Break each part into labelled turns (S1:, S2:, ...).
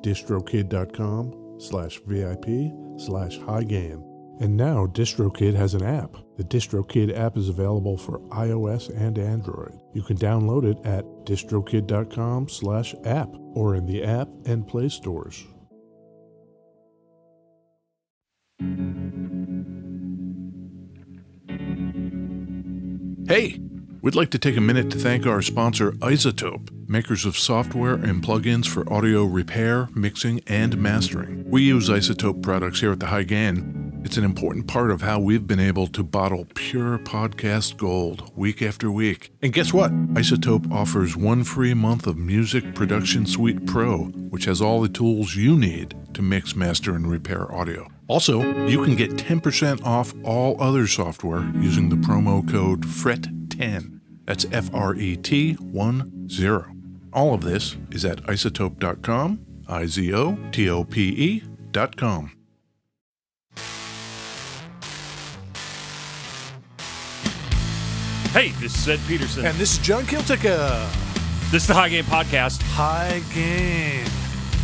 S1: distrokid.com slash VIP slash high gain. And now DistroKid has an app. The DistroKid app is available for iOS and Android. You can download it at distrokid.com slash app or in the app and play stores. Hey, we'd like to take a minute to thank our sponsor, Isotope, makers of software and plugins for audio repair, mixing, and mastering. We use Isotope products here at the High Gain. It's an important part of how we've been able to bottle pure podcast gold week after week. And guess what? Isotope offers one free month of Music Production Suite Pro, which has all the tools you need to mix, master, and repair audio. Also, you can get 10% off all other software using the promo code E FRET10. That's F R E T 1 0. All of this is at isotope.com, I Z O T O P E E.com.
S2: Hey, this is Ed Peterson.
S3: And this is John Kiltica.
S2: this is the High Game Podcast.
S3: High game.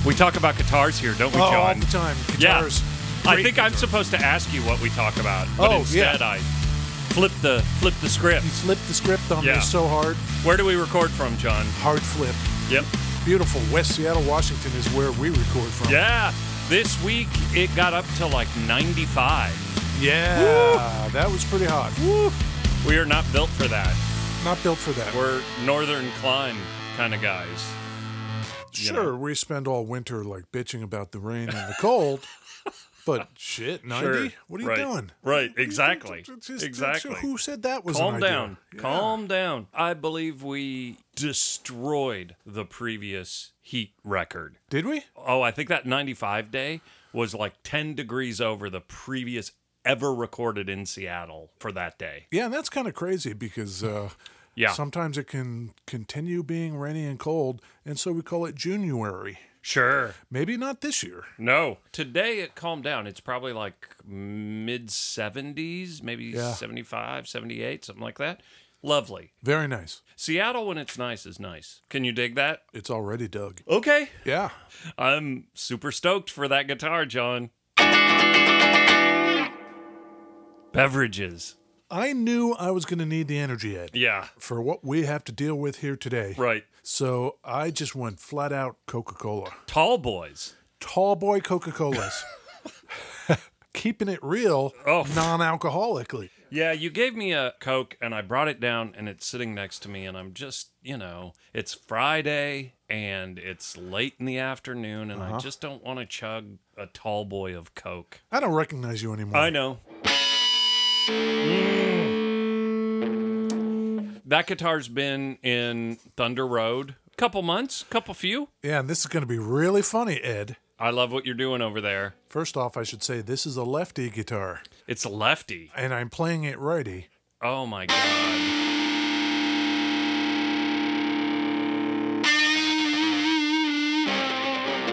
S2: We talk about guitars here, don't we,
S3: Oh, all
S2: John?
S3: the time.
S2: Yeah.
S3: Guitars.
S2: I
S3: Great
S2: think I'm
S3: guitar.
S2: supposed to ask you what we talk about, but
S3: Oh,
S2: instead
S3: yeah.
S2: I flip the flip the script.
S3: You flipped the script on
S2: Yeah.
S3: me so hard.
S2: Where do we record from, John?
S3: Hard flip.
S2: Yep.
S3: Beautiful. West Seattle, Washington is where we record from.
S2: Yeah. This week it got up to like 95.
S3: Yeah. That was pretty hot.
S2: We are not built for that.
S3: Not built for that.
S2: We're northern climb kind of guys.
S3: sure, we spend all winter like bitching about the rain and the cold. But shit, 90?
S2: Sure.
S3: What are you
S2: Right.
S3: doing?
S2: Right, exactly.
S3: It's just-
S2: Exactly.
S3: Who said that was
S2: Calm
S3: an idea?
S2: down.
S3: Yeah.
S2: Calm down. I believe we destroyed the previous heat record.
S3: Did we?
S2: Oh, I think that 95 day was like 10 degrees over the previous ever recorded in Seattle for that day.
S3: Yeah, and that's kind of crazy because uh,
S2: Yeah.
S3: sometimes it can continue being rainy and cold, and so we call it January.
S2: Sure.
S3: Maybe not this year.
S2: No. Today it calmed down. It's probably like mid 70s, maybe
S3: Yeah.
S2: 75, 78, something like that. Lovely.
S3: Very nice.
S2: Seattle when it's nice is nice. Can you dig that?
S3: It's already dug.
S2: Okay.
S3: Yeah.
S2: I'm super stoked for that guitar, John. Beverages.
S3: I knew I was going to need the energy ed
S2: Yeah.
S3: for what we have to deal with here today.
S2: Right.
S3: So I just went flat out Coca Cola.
S2: Tall boys.
S3: Tall boy Coca Colas. Keeping it real,
S2: Oh.
S3: non alcoholically.
S2: Yeah, you gave me a Coke and I brought it down and it's sitting next to me and I'm just, you know, it's Friday and it's late in the afternoon and I just don't want to chug a tall boy of Coke.
S3: I don't recognize you anymore.
S2: I know. Mm. That guitar's been in Thunder Road a couple months, couple few.
S3: Yeah, and this is going to be really funny, Ed.
S2: I love what you're doing over there.
S3: First off, I should say this is a lefty guitar,
S2: It's a lefty.
S3: and I'm playing it righty.
S2: Oh my god.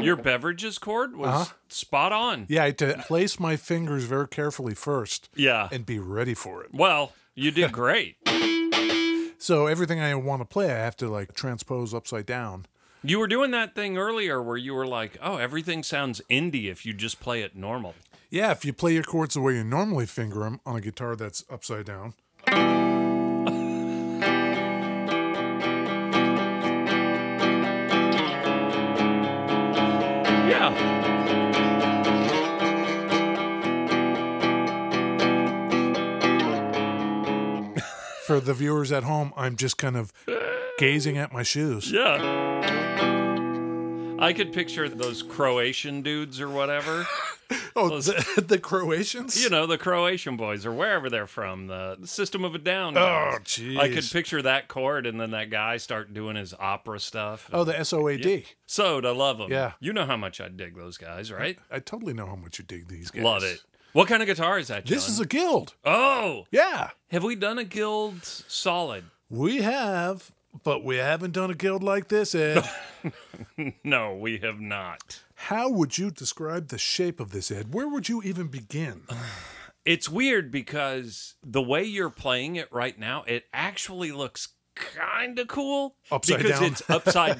S2: Your beverages chord was spot on.
S3: Uh-huh. Yeah, I had to place my fingers very carefully first
S2: Yeah.
S3: and be ready for it.
S2: well, you did great.
S3: So everything I want to play, I have to like transpose upside down.
S2: You were doing that thing earlier where you were like, "Oh, everything sounds indie if you just play it normal."
S3: Yeah, if you play your chords the way you normally finger them on a guitar that's upside down.
S2: Yeah.
S3: For the viewers at home, I'm just kind of gazing at my shoes.
S2: Yeah. I could picture those Croatian dudes or whatever.
S1: Oh, the, the Croatians?
S2: you know, the Croatian boys or wherever they're from, the, the System of a Down.
S1: Oh,
S2: guys. I could
S1: jeez.
S2: picture that chord and then that guy start doing his opera stuff.
S1: Oh, the SOAD.
S2: So to love them.
S1: Yeah.
S2: You know how much I dig those guys, right?
S1: I totally know how much you dig these guys.
S2: Love it. What kind of guitar is that, John?
S1: This is a guild.
S2: Oh,
S1: Yeah.
S2: have we done a guild solid?
S1: We have, but we haven't done a guild like this, Ed.
S2: No, we have not.
S1: How would you describe the shape of this, Ed? Where would you even begin?
S2: It's weird because the way you're playing it right now, it actually looks kind of cool
S1: Upside
S2: because
S1: down.
S2: it's upside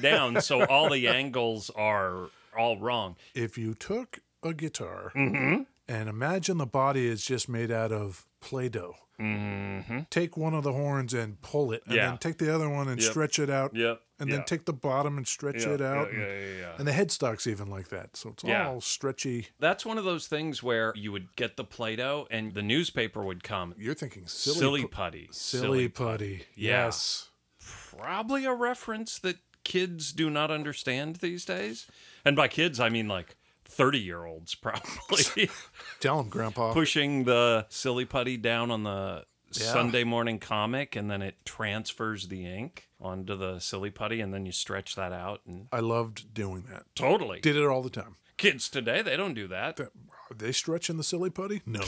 S2: down, so all the angles are all wrong.
S1: If you took a guitar
S2: Mm-hmm.
S1: and imagine the body is just made out of Play Doh,
S2: Mm-hmm.
S1: take one of the horns and pull it, and
S2: Yeah.
S1: then take the other one and
S2: Yep.
S1: stretch it out,
S2: Yep.
S1: and then take the bottom and stretch it out.
S2: Yeah,
S1: and,
S2: yeah, yeah.
S1: and the headstock's even like that. So it's
S2: Yeah.
S1: all stretchy.
S2: That's one of those things where you would get the Play-Doh and the newspaper would come.
S1: You're thinking silly,
S2: Silly,
S1: pu-
S2: putty.
S1: silly, putty.
S2: Yeah.
S1: Yes.
S2: probably a reference that kids do not understand these days. And by kids, I mean like 30 year olds, probably
S1: Tell him, Grandpa.
S2: pushing the silly putty down on the Sunday morning comic, and then it transfers the ink onto the silly putty, and then you stretch that out. And
S1: I loved doing that.
S2: totally,
S1: Did it all the time.
S2: kids today, they don't do that.
S1: That- Are they stretching the silly putty? No.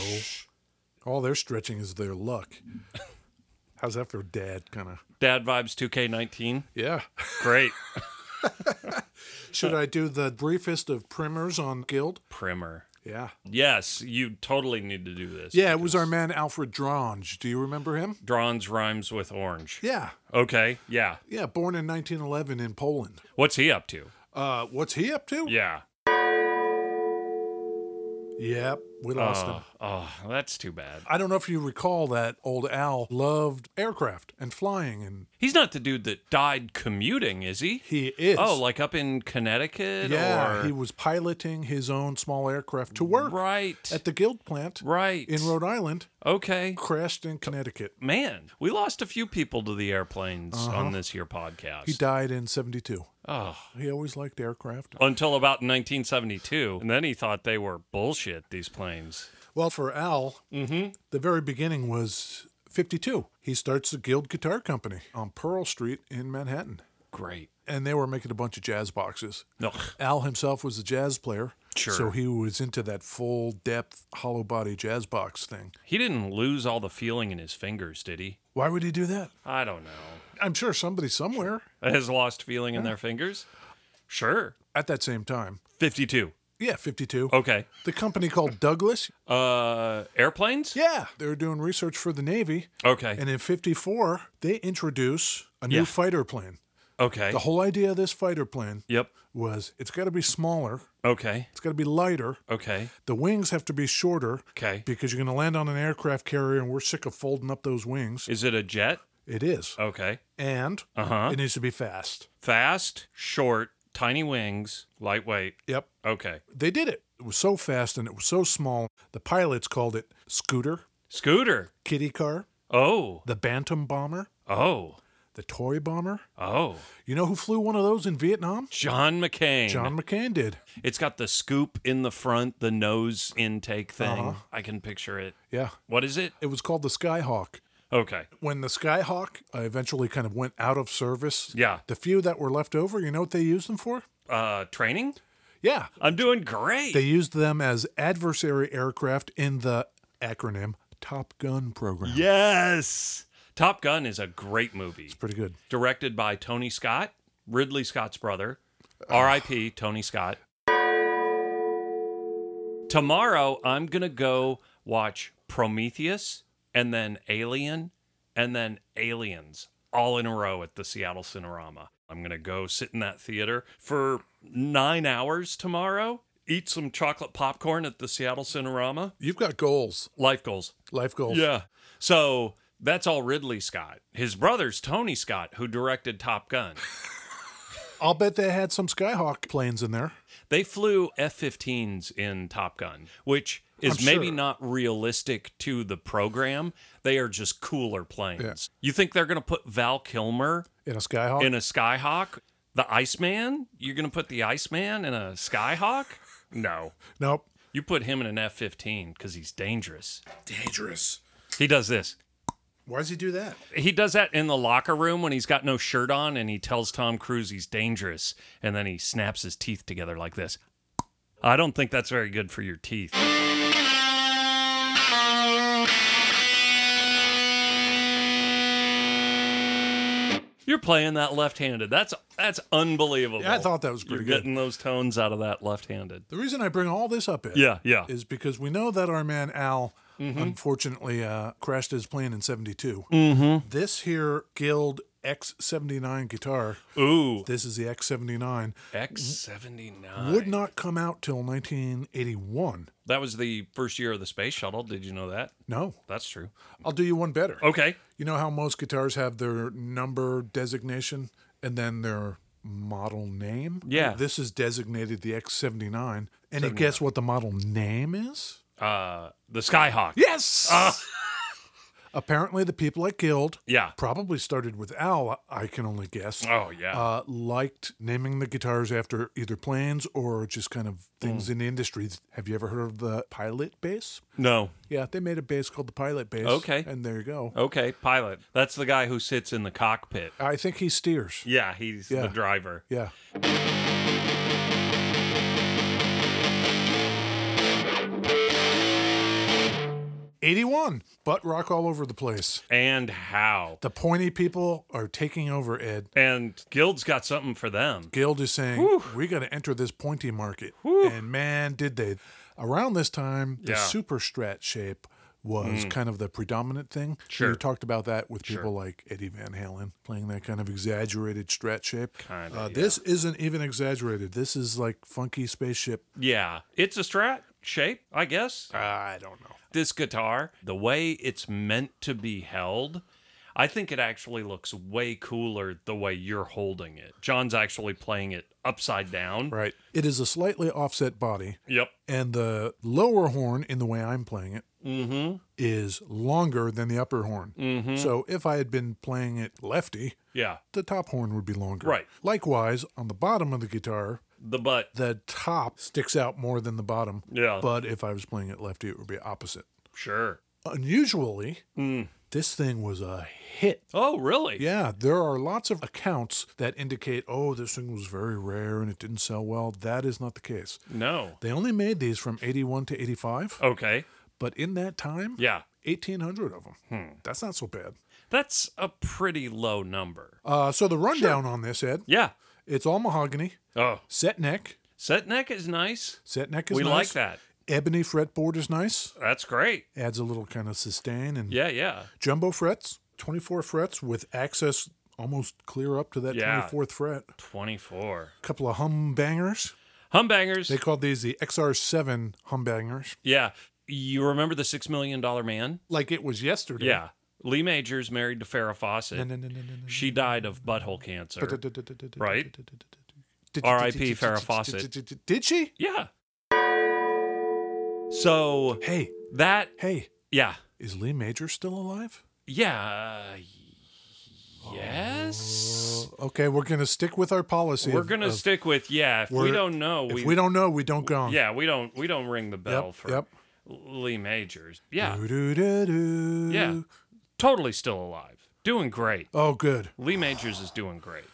S1: All they're stretching is their luck. How's that for dad? Kind of.
S2: Dad Vibes 2K19.
S1: Yeah.
S2: Great.
S1: Should I do the briefest of primers on Guild?
S2: Primer.
S1: Yeah.
S2: Yes, you totally need to do this.
S1: Yeah, it was our man Alfred Drange. Do you remember him?
S2: Drawns rhymes with orange.
S1: Yeah.
S2: Okay. Yeah.
S1: Yeah. Born in 1911 in Poland.
S2: What's he up to?
S1: Uh, what's he up to?
S2: Yeah.
S1: Yep. We lost him.
S2: Oh, that's too bad.
S1: I don't know if you recall that old Al loved aircraft and flying, and
S2: He's not the dude that died commuting, is he?
S1: he is.
S2: Oh, like up in Connecticut?
S1: yeah.
S2: or...
S1: He was piloting his own small aircraft to work
S2: Right.
S1: at the Guild plant
S2: Right.
S1: in Rhode Island.
S2: okay.
S1: crashed in Connecticut.
S2: Man, we lost a few people to the airplanes on this here podcast.
S1: Uh-huh. He died in 72.
S2: oh.
S1: He always liked aircraft.
S2: Until about 1972. And then he thought they were bullshit, these planes.
S1: Well, for Al,
S2: Mm-hmm.
S1: the very beginning was 52. He starts the Guild Guitar Company on Pearl Street in Manhattan.
S2: Great.
S1: And they were making a bunch of jazz boxes.
S2: Ugh.
S1: Al himself was a jazz player.
S2: Sure.
S1: So he was into that full depth, hollow body jazz box thing.
S2: He didn't lose all the feeling in his fingers, did he?
S1: Why would he do that?
S2: I don't know.
S1: I'm sure somebody somewhere
S2: Has lost feeling in their fingers? Sure.
S1: at that same time.
S2: 52.
S1: Yeah, 52.
S2: Okay.
S1: The company called Douglas.
S2: Uh, airplanes?
S1: Yeah, they were doing research for the Navy.
S2: Okay.
S1: And in 54, they introduce a new
S2: Yeah.
S1: fighter plane.
S2: okay.
S1: The whole idea of this fighter plane
S2: yep.
S1: was it's got to be smaller,
S2: Okay.
S1: it's got to be lighter,
S2: Okay.
S1: the wings have to be shorter
S2: Okay.
S1: because you're going to land on an aircraft carrier and we're sick of folding up those wings.
S2: Is it a jet?
S1: It is.
S2: Okay.
S1: And
S2: Uh huh.
S1: it needs to be fast.
S2: Fast, short, tiny wings, lightweight.
S1: Yep.
S2: Okay.
S1: They did it. It was so fast and it was so small. The pilots called it scooter,
S2: Scooter.
S1: kitty car,
S2: Oh.
S1: the bantam bomber,
S2: Oh.
S1: the toy bomber.
S2: Oh.
S1: You know who flew one of those in Vietnam?
S2: John McCain.
S1: John McCain did.
S2: It's got the scoop in the front, the nose intake
S1: Uh-huh.
S2: thing. I can picture it.
S1: Yeah.
S2: What is it?
S1: It was called the Skyhawk.
S2: Okay.
S1: When the Skyhawk uh, eventually kind of went out of service,
S2: Yeah.
S1: the few that were left over, you know what they used them for?
S2: Uh, training?
S1: Yeah.
S2: I'm doing great.
S1: They used them as adversary aircraft in the acronym Top Gun program.
S2: yes. Top Gun is a great movie.
S1: Pretty good.
S2: directed by Tony Scott, Ridley Scott's brother. R.I.P. Tony Scott. Tomorrow, I'm going to go watch Prometheus and then Alien and then Aliens all in a row at the Seattle Cinerama. I'm going to go sit in that theater for nine hours tomorrow, eat some chocolate popcorn at the Seattle Cinerama.
S1: You've got goals,
S2: Life goals.
S1: life goals.
S2: Yeah. So that's all Ridley Scott. His brother's Tony Scott, who directed Top Gun.
S1: I'll bet they had some Skyhawk planes in there.
S2: They flew F 15s in Top Gun, which is
S1: I'm
S2: maybe
S1: sure.
S2: not realistic to the program. They are just cooler planes. You think they're going to put Val Kilmer
S1: In a Skyhawk?
S2: in a Skyhawk? The Iceman? You're going to put the Iceman in a Skyhawk? No.
S1: Nope.
S2: You put him in an F 15 because he's dangerous.
S1: Dangerous.
S2: He does this.
S1: Why does he do that?
S2: He does that in the locker room when he's got no shirt on and he tells Tom Cruise he's dangerous. And then he snaps his teeth together like this. I don't think that's very good for your teeth. You're playing that left-handed. That's that's unbelievable.
S1: Yeah, I thought that was pretty
S2: You're
S1: good.
S2: getting those tones out of that left-handed.
S1: The reason I bring all this up is,
S2: Yeah, yeah.
S1: is because we know that our man Al
S2: Mm-hmm.
S1: unfortunately uh, crashed his plane in 72.
S2: Mm-hmm.
S1: This here Guild X79 guitar,
S2: Ooh,
S1: this is the X79,
S2: X79.
S1: would not come out till 1981.
S2: That was the first year of the space shuttle. Did you know that?
S1: No,
S2: That's true.
S1: I'll do you one better.
S2: Okay.
S1: You know how most guitars have their number designation and then their model name?
S2: Yeah.
S1: This is designated the X79. And you guess what the model name is?
S2: Uh, the Skyhawk. Uh,
S1: Yes! Apparently, the people at Guild
S2: Yeah.
S1: probably started with Al, I can only guess.
S2: Oh yeah.
S1: Uh, liked naming the guitars after either planes or just kind of
S2: Hmm.
S1: things in the industry. Have you ever heard of the pilot bass?
S2: no.
S1: Yeah, they made a bass called the pilot bass.
S2: Okay. Oh.
S1: And there you go.
S2: Okay, pilot. That's the guy who sits in the cockpit.
S1: I think he steers.
S2: Yeah, he's
S1: Uh, Yeah.
S2: the driver.
S1: Yeah. Eighty-one, butt rock all over the place.
S2: And how?
S1: The pointy people are taking over. Ed
S2: And Guild's got something for them.
S1: Guild is saying we got to enter this pointy market, and man, did they! Around this time, the
S2: Yeah.
S1: super strat shape was kind of the predominant thing.
S2: Sure.
S1: you talked about that with people like Eddie Van Halen playing that kind of exaggerated strat shape.
S2: Kinda,
S1: uh, This isn't even exaggerated. This is like funky spaceship
S2: Yeah, it's a strat shape, I guess.
S1: I don't know.
S2: This guitar, the way it's meant to be held, I think it actually looks way cooler the way you're holding it. John's actually playing it upside down.
S1: Right. It is a slightly offset body,
S2: Yep.
S1: and the lower horn, in the way I'm playing it, is longer than the upper horn. So if I had been playing it lefty,
S2: Yeah.
S1: the top horn would be longer.
S2: Right.
S1: Likewise, on the bottom of the guitar,
S2: The butt.
S1: the top sticks out more than the bottom.
S2: Yeah.
S1: But if I was playing it lefty, it would be opposite.
S2: Sure.
S1: Unusually,
S2: Mm.
S1: this thing was a hit.
S2: Oh, really?
S1: Yeah, there are lots of accounts that indicate, oh, this thing was very rare and it didn't sell well. That is not the case.
S2: No.
S1: They only made these from 81 to 85,
S2: Okay.
S1: but in that time,
S2: Yeah. Hmm.
S1: 1,800 of them. That's not so bad.
S2: That's a pretty low number.
S1: Uh, so the rundown on this, Ed,
S2: Yeah.
S1: it's all mahogany,
S2: Oh,
S1: set neck.
S2: set neck is nice.
S1: Set neck is
S2: we
S1: nice.
S2: like that.
S1: Ebony fretboard is nice.
S2: That's great.
S1: Adds a little kind of sustain and
S2: Yeah, yeah.
S1: jumbo frets, 24 frets with access almost clear up to that
S2: Yeah.
S1: 24th fret.
S2: 24.
S1: A couple of hum bangers.
S2: Humbangers.
S1: They called these the XR7 humbangers.
S2: yeah. You remember the $6 million man?
S1: Like it was yesterday.
S2: Yeah. Lee Majors married to Farrah Fawcett. She died of butthole cancer. Right? R.I.P. Farrah Fawcett.
S1: Did she?
S2: Yeah. So
S1: Hey,
S2: that,
S1: hey,
S2: yeah.
S1: is Lee Major still alive?
S2: Yeah. uh, Yes.
S1: Okay, we're going to stick with our policy.
S2: We're
S1: of-
S2: going to
S1: of
S2: stick with, yeah. If we
S1: uh, we're-
S2: don't know,
S1: If
S2: we,
S1: we don't know, we don't go on.
S2: yeah, we don't, we don't ring the bell
S1: Yep,
S2: for
S1: yep.
S2: Lee Majors. Yeah.
S1: Doo-doo-doo-doo.
S2: Yeah. Totally still alive. Doing great.
S1: Oh, good.
S2: Lee Majors is doing great.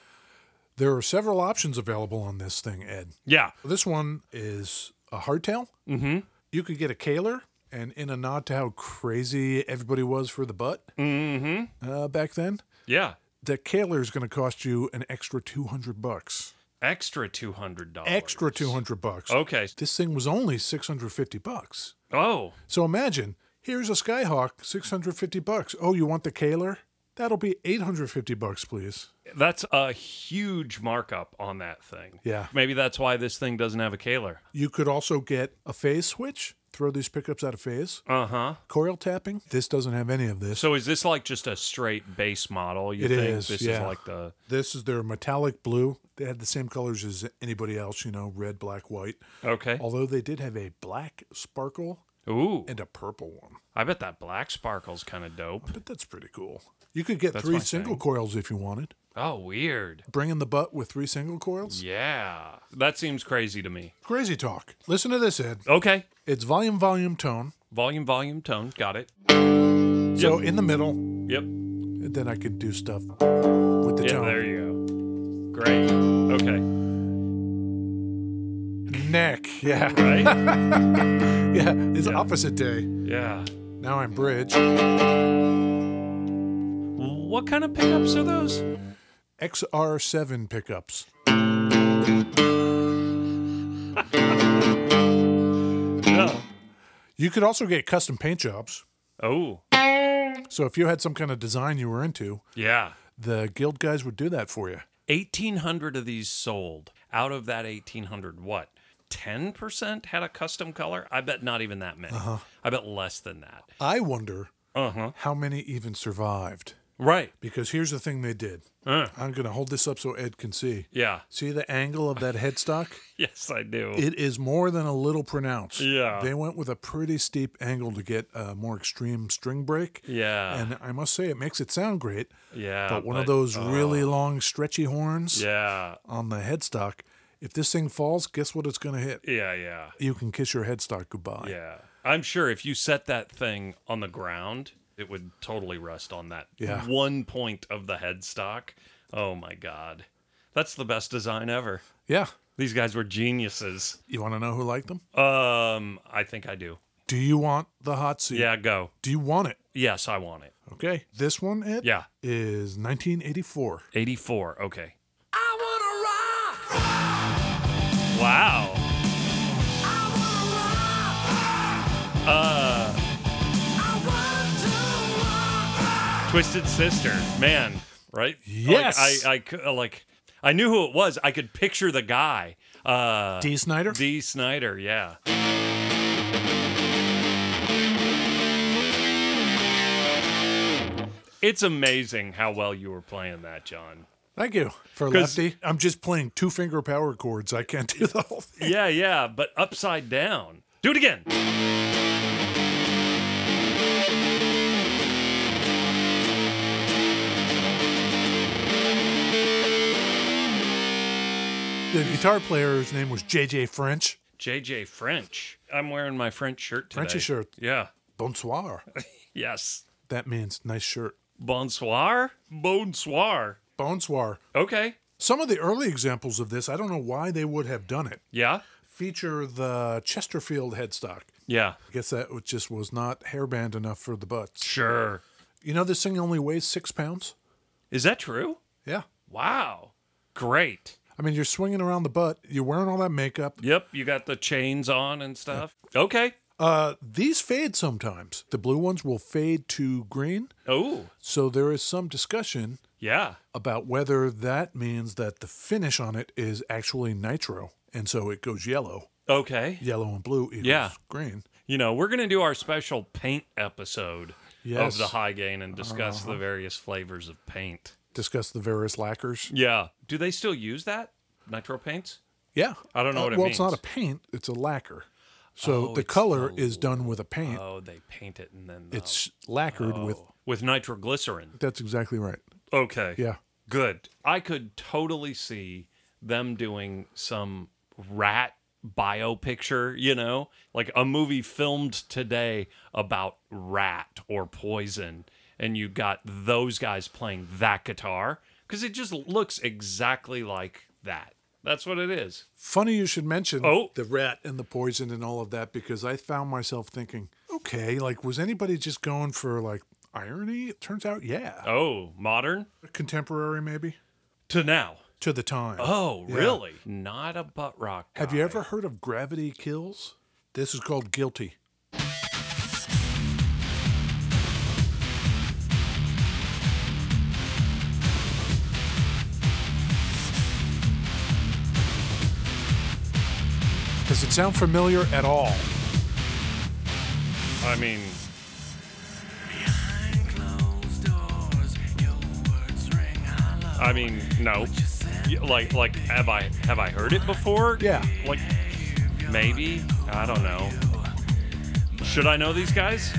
S1: There are several options available on this thing, Ed.
S2: Yeah.
S1: This one is a hardtail. Mm-hmm. You could get a Kaler, and in a nod to how crazy everybody was for the butt uh, back then,
S2: Yeah.
S1: the Kaler is going to cost you an extra 200 bucks.
S2: Extra two hundred dollars.
S1: Extra 200 bucks.
S2: Okay.
S1: This thing was only 650 bucks.
S2: Oh.
S1: So imagine, here's a Skyhawk, 650 bucks. Oh, you want the Kaler? That'll be 850 bucks, please.
S2: That's a huge markup on that thing.
S1: Yeah.
S2: Maybe that's why this thing doesn't have a Kaler.
S1: You could also get a phase switch, throw these pickups out of phase,
S2: Uh huh.
S1: coil tapping. This doesn't have any of this.
S2: So is this like just a straight base model? You
S1: It
S2: think
S1: is,
S2: this is
S1: yeah.
S2: like the
S1: This is their metallic blue. They had the same colors as anybody else, you know, red, black, white.
S2: Okay.
S1: Although they did have a black sparkle
S2: Ooh.
S1: and a purple one.
S2: I bet that black sparkle's kinda dope.
S1: But that's pretty cool. You could get three
S2: my
S1: single coils if you wanted.
S2: Oh, weird.
S1: Bringing the butt with three single coils?
S2: Yeah. That seems crazy to me.
S1: Crazy talk. Listen to this, Ed.
S2: Okay.
S1: It's volume, volume, tone.
S2: Volume, volume, tone. Got it.
S1: So in the middle,
S2: Yep.
S1: and then I could do stuff with the
S2: Yeah,
S1: tone.
S2: there you go. Great. Okay.
S1: Neck. Yeah.
S2: Right?
S1: Yeah. It's opposite day.
S2: yeah.
S1: Now I'm bridge.
S2: What kind of pickups are those?
S1: XR7 pickups.
S2: No.
S1: You could also get custom paint jobs.
S2: Oh,
S1: So if you had some kind of design you were into,
S2: yeah.
S1: the guild guys would do that for you.
S2: 1,800 of these sold. Out of that 1,800, what? 10% had a custom color? I bet not even that many.
S1: Uh-huh.
S2: I bet less than that.
S1: I wonder
S2: Uh huh.
S1: how many even survived.
S2: Right.
S1: Because here's the thing they did.
S2: Uh.
S1: I'm going to hold this up so Ed can see.
S2: Yeah.
S1: See the angle of that headstock?
S2: Yes, I do.
S1: It is more than a little pronounced.
S2: Yeah.
S1: They went with a pretty steep angle to get a more extreme string break.
S2: yeah.
S1: And I must say, it makes it sound great.
S2: yeah.
S1: But one of those really long, stretchy horns
S2: uh, Yeah.
S1: on the headstock, if this thing falls, guess what it's going to hit?
S2: Yeah. Yeah.
S1: You can kiss your headstock goodbye.
S2: Yeah. I'm sure if you set that thing on the ground, it would totally rest on that
S1: Yeah.
S2: one point of the headstock. Oh my God. That's the best design ever.
S1: Yeah.
S2: These guys were geniuses.
S1: You want to know who liked them?
S2: Um, I think I do.
S1: Do you want the hot seat?
S2: Yeah, go.
S1: Do you want it?
S2: Yes, I want it.
S1: Okay. This one, Ed,
S2: Yeah.
S1: is 1984.
S2: 84. Okay. I want to rock. Wow. Uh, Twisted Sister, man, right?
S1: Yes.
S2: Like, I, I, cou- like, I knew who it was. I could picture the guy. Uh,
S1: D. Snyder?
S2: D. Snyder, yeah. It's amazing how well you were playing that, John.
S1: Thank you for
S2: 'Cause-
S1: lefty. I'm just playing two finger power chords. I can't do the whole thing.
S2: Yeah, yeah, but upside down. Do it again.
S1: The guitar player's name was JJ French.
S2: JJ French. I'm wearing my French shirt today.
S1: Frenchy shirt.
S2: Yeah.
S1: Bonsoir.
S2: Yes.
S1: That means nice shirt.
S2: Bonsoir. Bonsoir.
S1: Bonsoir.
S2: Okay.
S1: Some of the early examples of this, I don't know why they would have done it,
S2: Yeah.
S1: feature the Chesterfield headstock.
S2: Yeah.
S1: I guess that was- just was not hairband enough for the butts.
S2: Sure.
S1: You know, this thing only weighs six pounds?
S2: Is that true?
S1: Yeah.
S2: Wow. Great.
S1: I mean, you're swinging around the butt, you're wearing all that makeup.
S2: Yep. You got the chains on and stuff. Okay.
S1: Uh, these fade sometimes. The blue ones will fade to green.
S2: Oh,
S1: So there is some discussion
S2: yeah.
S1: about whether that means that the finish on it is actually nitro. And so it goes yellow.
S2: Okay.
S1: Yellow and blue equals
S2: Yeah.
S1: green.
S2: You know, we're going to do our special paint episode
S1: Yes.
S2: of the high gain and discuss the various flavors of paint.
S1: Discuss the various lacquers.
S2: Yeah. Do they still use that? Nitro paints?
S1: Yeah. Uh,
S2: I don't know what it
S1: well, it's not
S2: means.
S1: a paint, it's a lacquer. So the color is done with a paint.
S2: Oh, they paint it and then the,
S1: it's lacquered with.
S2: with nitroglycerin.
S1: That's exactly right.
S2: Okay.
S1: Yeah.
S2: Good. I could totally see them doing some rat bio picture, you know, like a movie filmed today about rat or poison, and you got those guys playing that guitar because it just looks exactly like that. That's what it is.
S1: Funny you should mention
S2: Oh.
S1: the rat and the poison and all of that because I found myself thinking, okay, like was anybody just going for like irony? It turns out, yeah.
S2: Oh, modern
S1: Contemporary maybe
S2: to now.
S1: to the time.
S2: Oh,
S1: Yeah.
S2: really? Not a butt rock.
S1: Have
S2: guy.
S1: you ever heard of Gravity Kills? This is called Guilty. Does it sound familiar at all?
S2: I mean, I mean, no. Y- Like, like, have I have I heard it before?
S1: Yeah.
S2: Like, maybe. I don't know. Should I know these guys?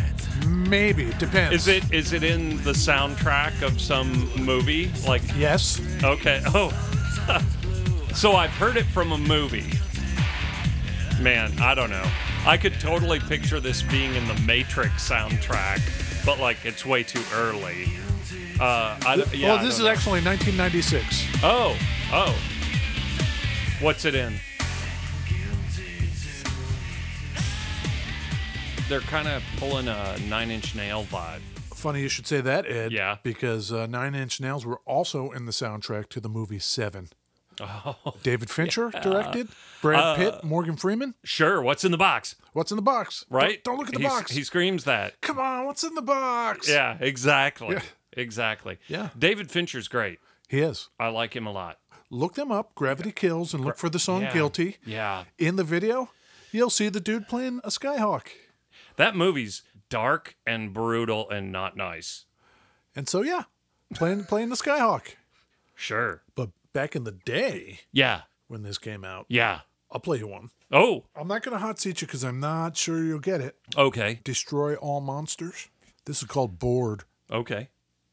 S1: Maybe. It depends.
S2: Is it is it in the soundtrack of some movie? Like
S1: Yes.
S2: okay, oh, so I've heard it from a movie. Man, I don't know. I could totally picture this being in the Matrix soundtrack, but like it's way too early. Uh, I, don't- yeah,
S1: well,
S2: I
S1: Oh, this is
S2: don't know.
S1: actually 1996.
S2: Oh, oh. What's it in? They're kind of pulling a Nine Inch Nail vibe.
S1: Funny you should say that, Ed.
S2: Yeah.
S1: Because uh, Nine Inch Nails were also in the soundtrack to the movie Seven. Oh. David Fincher directed. Brad
S2: Uh,
S1: Pitt, Morgan Freeman.
S2: Sure, what's in the box,
S1: What's in the box?
S2: right?
S1: Don't, don't look at the
S2: He's-
S1: box.
S2: He screams that.
S1: Come on, what's in the box?
S2: Yeah, exactly.
S1: Yeah.
S2: Exactly.
S1: Yeah.
S2: David Fincher's great.
S1: He is.
S2: I like him a lot.
S1: Look them up. Gravity Kills and look for the song
S2: Yeah.
S1: Guilty.
S2: Yeah.
S1: In the video, you'll see the dude playing a Skyhawk.
S2: That movie's dark and brutal and not nice.
S1: And so, yeah, playing playing the Skyhawk.
S2: Sure.
S1: But back in the day
S2: Yeah.
S1: when this came out,
S2: Yeah.
S1: I'll play you one.
S2: Oh,
S1: I'm not going to hot seat you because I'm not sure you'll get it.
S2: okay.
S1: Destroy All Monsters. This is called Bored.
S2: Okay.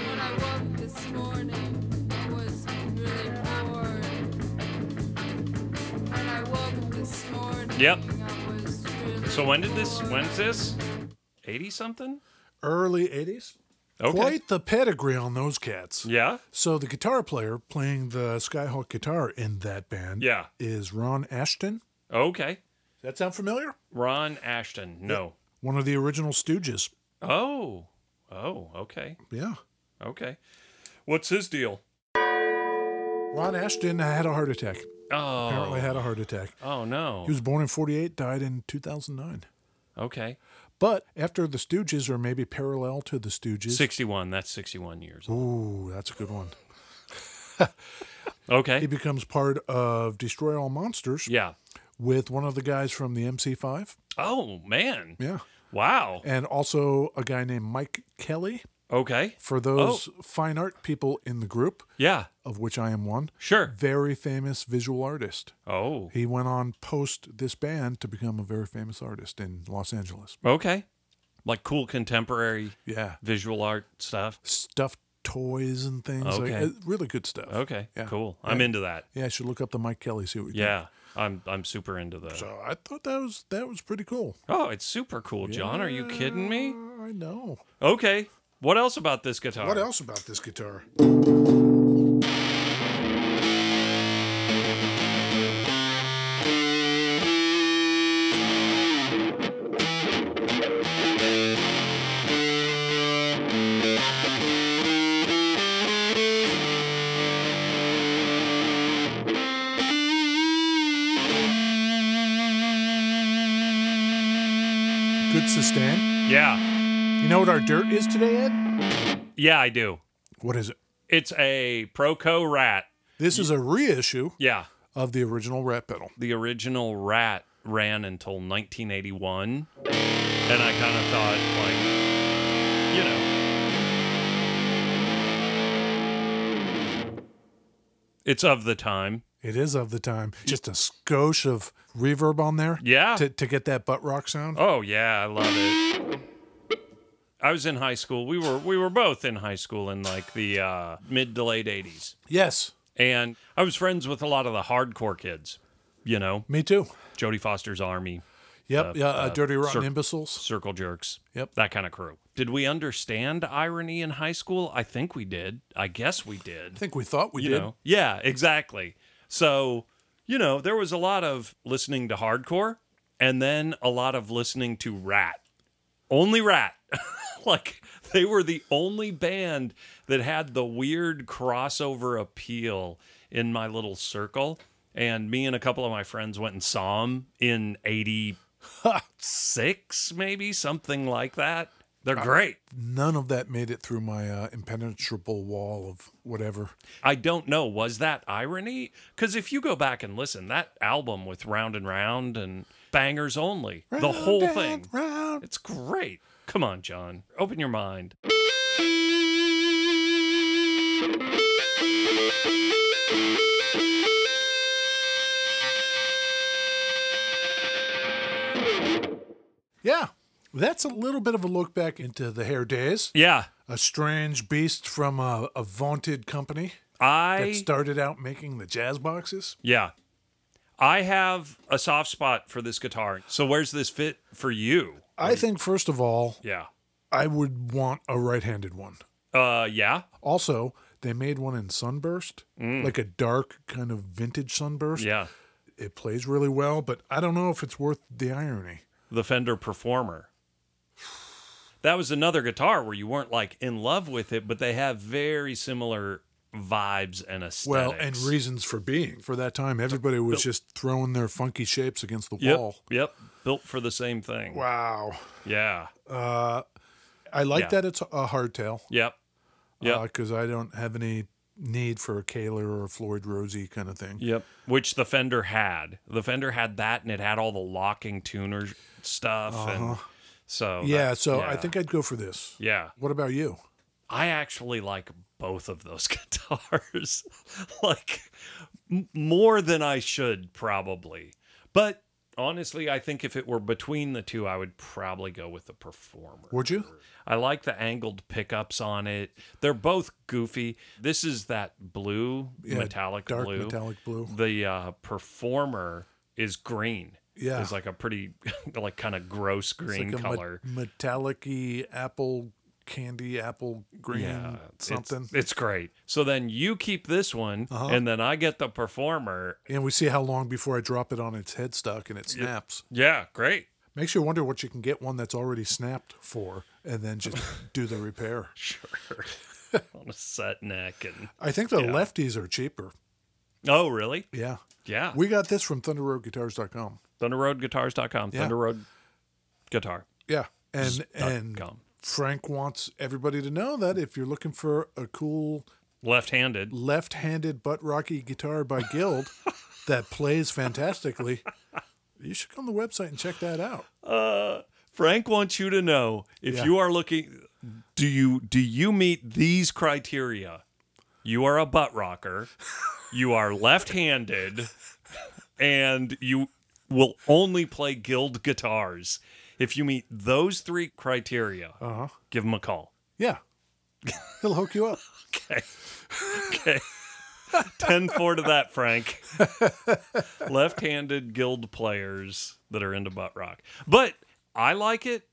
S4: When I woke this morning, I was really bored. When I woke this morning,
S2: Yep.
S4: I was really
S2: So when did this?
S4: bored.
S2: When's this? Eighty something?
S1: Early 80s.
S2: Okay.
S1: Quite the pedigree on those cats.
S2: Yeah.
S1: So the guitar player playing the Skyhawk guitar in that band
S2: Yeah.
S1: is Ron Ashton.
S2: Okay.
S1: Does that sound familiar?
S2: Ron Ashton. No.
S1: One of the original Stooges.
S2: Oh. Oh. Okay.
S1: Yeah.
S2: Okay. What's his deal?
S1: Ron Ashton had a heart attack. Apparently
S2: Oh.
S1: had a heart attack.
S2: Oh
S1: He
S2: no.
S1: was born in 48, died in 2009.
S2: Okay.
S1: But after the Stooges or maybe parallel to the Stooges.
S2: Sixty-one. That's sixty-one years. old.
S1: Ooh, that's a good one. He
S2: Okay.
S1: becomes part of Destroy All Monsters
S2: Yeah.
S1: with one of the guys from the MC5.
S2: Oh man.
S1: Yeah.
S2: Wow.
S1: And also a guy named Mike Kelly
S2: Okay.
S1: for those
S2: Oh.
S1: fine art people in the group,
S2: Yeah.
S1: of which I am one.
S2: Sure.
S1: Very famous visual artist.
S2: Oh.
S1: He went on post this band to become a very famous artist in Los Angeles.
S2: Okay. Like cool contemporary
S1: Yeah.
S2: visual art stuff.
S1: Stuffed toys and things.
S2: Okay.
S1: Like, uh, really good stuff.
S2: Okay.
S1: Yeah.
S2: Cool. I'm into that.
S1: Yeah, I should look up the Mike Kelly, see what you
S2: Yeah. I'm I'm super into the.
S1: think. So I thought that was that was pretty cool.
S2: Oh, it's super cool, John. Are you kidding me?
S1: I know.
S2: Okay. What else about this guitar?
S1: What else about this guitar? Good sustain.
S2: Yeah.
S1: You know what our dirt is today, Ed?
S2: Yeah, I do.
S1: What is it?
S2: It's a Proco Rat.
S1: This is a reissue
S2: Yeah.
S1: of the original Rat pedal.
S2: The original Rat ran until 1981. And I kind of thought, like, you know. It's of the time.
S1: It is of the time. Just a skosh of reverb on there.
S2: Yeah.
S1: To, to get that butt rock sound.
S2: Oh yeah, I love it. I was in high school. We were we were both in high school in like the uh, mid to late 80s.
S1: Yes.
S2: And I was friends with a lot of the hardcore kids, you know,
S1: Me too.
S2: Jodie Foster's Army,
S1: Yep. yeah. Uh, Dirty Rotten
S2: Circ-
S1: Imbeciles.
S2: Circle Jerks,
S1: Yep.
S2: that kind of crew. Did we understand irony in high school? I think we did. I guess we
S1: I
S2: did.
S1: think we thought we
S2: You
S1: did.
S2: know, yeah, exactly. So, you know, there was a lot of listening to hardcore and then a lot of listening to Rat. Only Rat. like they were the only band that had the weird crossover appeal in my little circle. And me and a couple of my friends went and saw them in 86, maybe something like that. They're great.
S1: None of that made it through my uh, impenetrable wall of whatever.
S2: I don't know. Was that irony? Because if you go back and listen, that album with Round and Round and Bangers Only, the whole
S1: Round
S2: thing,
S1: and round.
S2: it's great. Come on, John. Open your mind.
S1: Yeah, that's a little bit of a look back into the hair days.
S2: Yeah.
S1: A strange beast from a, a vaunted company
S2: I.
S1: that started out making the jazz boxes.
S2: Yeah. I have a soft spot for this guitar. So where's this fit for you?
S1: I think, first of all,
S2: Yeah.
S1: I would want a right-handed one.
S2: Uh yeah.
S1: Also, they made one in Sunburst, like a dark kind of vintage Sunburst.
S2: Mm. Yeah.
S1: It plays really well, but I don't know if it's worth the irony.
S2: The Fender Performer. That was another guitar where you weren't like in love with it, but they have very similar vibes and aesthetics.
S1: Well, and reasons for being. For that time, everybody was just throwing their funky shapes against the
S2: yep,
S1: wall.
S2: yep, built for the same thing.
S1: Oh. Wow.
S2: Yeah.
S1: I like
S2: Yeah.
S1: that it's a hardtail.
S2: Yep. Yep.
S1: Because I don't have any need for a Kaler or a Floyd Rosie kind of thing.
S2: Yep. Which the Fender had. The Fender had that and it had all the locking tuner stuff and so that-
S1: Uh-huh. yeah, so I
S2: yeah.
S1: think I'd go for this.
S2: Yeah.
S1: What about you?
S2: I actually like both of those guitars, like m- more than I should probably. But honestly, I think if it were between the two, I would probably go with the Performer.
S1: Would you?
S2: I like the angled pickups on it. They're both goofy. This is that blue,
S1: Yeah,
S2: metallic
S1: dark
S2: blue.
S1: metallic blue.
S2: The uh, Performer is green.
S1: Yeah.
S2: It's like a pretty, like kind of gross green
S1: like
S2: color.
S1: A me- metallic-y apple candy, apple green
S2: Yeah, it's-
S1: something. Uh-huh.
S2: It's, great. So then you keep this one, and then I get the performer.
S1: and we see how long before I drop it on its headstock and it snaps.
S2: Yeah, great.
S1: Makes you wonder what you can get one that's already snapped for and then just do the repair.
S2: Sure. On a set neck and
S1: I think the lefties are cheaper.
S2: oh, really?
S1: Yeah.
S2: Yeah.
S1: We got this from thunderroadguitars.com.
S2: ThunderroadGuitars.com.
S1: Yeah.
S2: Thunderroad Guitar.
S1: Yeah. And and
S2: com.
S1: Frank wants everybody to know that if you're looking for a cool
S2: Left-handed.
S1: left-handed butt rocky guitar by Guild that plays fantastically, you should come to the website and check that out.
S2: Frank wants you to know if you are looking. Do you do you meet these criteria? You are a butt rocker. you are left-handed, and you will only play guild guitars. If you meet those three criteria, uh-huh. give him a call.
S1: Yeah. He'll hook you up.
S2: Okay. Okay. Ten four to that, Frank. Left-handed guild players that are into butt rock, but I like it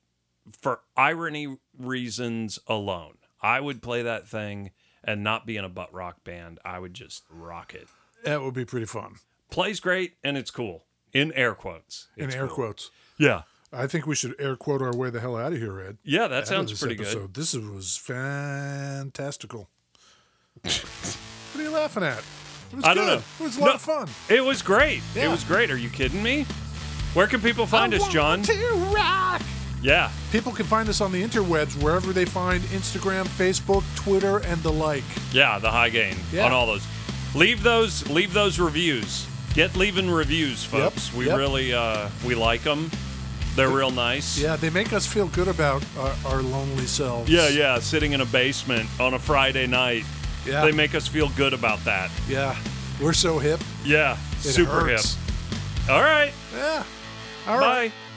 S2: for irony reasons alone. I would play that thing and not be in a butt rock band. I would just rock it.
S1: That would be pretty fun.
S2: Plays great and it's cool. In air quotes.
S1: In
S2: It's
S1: air
S2: cool.
S1: quotes.
S2: Yeah.
S1: I think we should air quote our way the hell out of here, Ed.
S2: Yeah, that
S1: Out of
S2: sounds
S1: this
S2: pretty good.
S1: episode. This was fantastical. what are you laughing at? It was
S2: I don't
S1: good.
S2: know.
S1: It was a
S2: No.
S1: lot of fun.
S2: It was great. It
S1: Yeah.
S2: was great. Are you kidding me? Where can people find
S1: I
S2: us,
S1: want
S2: John?
S1: to rock.
S2: Yeah.
S1: People can find us on the interwebs wherever they find Instagram, Facebook, Twitter, and the like.
S2: Yeah, the high gain
S1: Yeah.
S2: on all those. Leave those leave those reviews. Get leaving reviews, folks. We
S1: yep.
S2: really uh we like them. They're real nice.
S1: Yeah, they make us feel good about our, our lonely selves.
S2: Yeah, yeah, sitting in a basement on a Friday night.
S1: Yeah.
S2: They make us feel good about that.
S1: Yeah. We're so hip.
S2: Yeah,
S1: It
S2: super
S1: hurts.
S2: hip. All right.
S1: Yeah. All right.
S2: bye.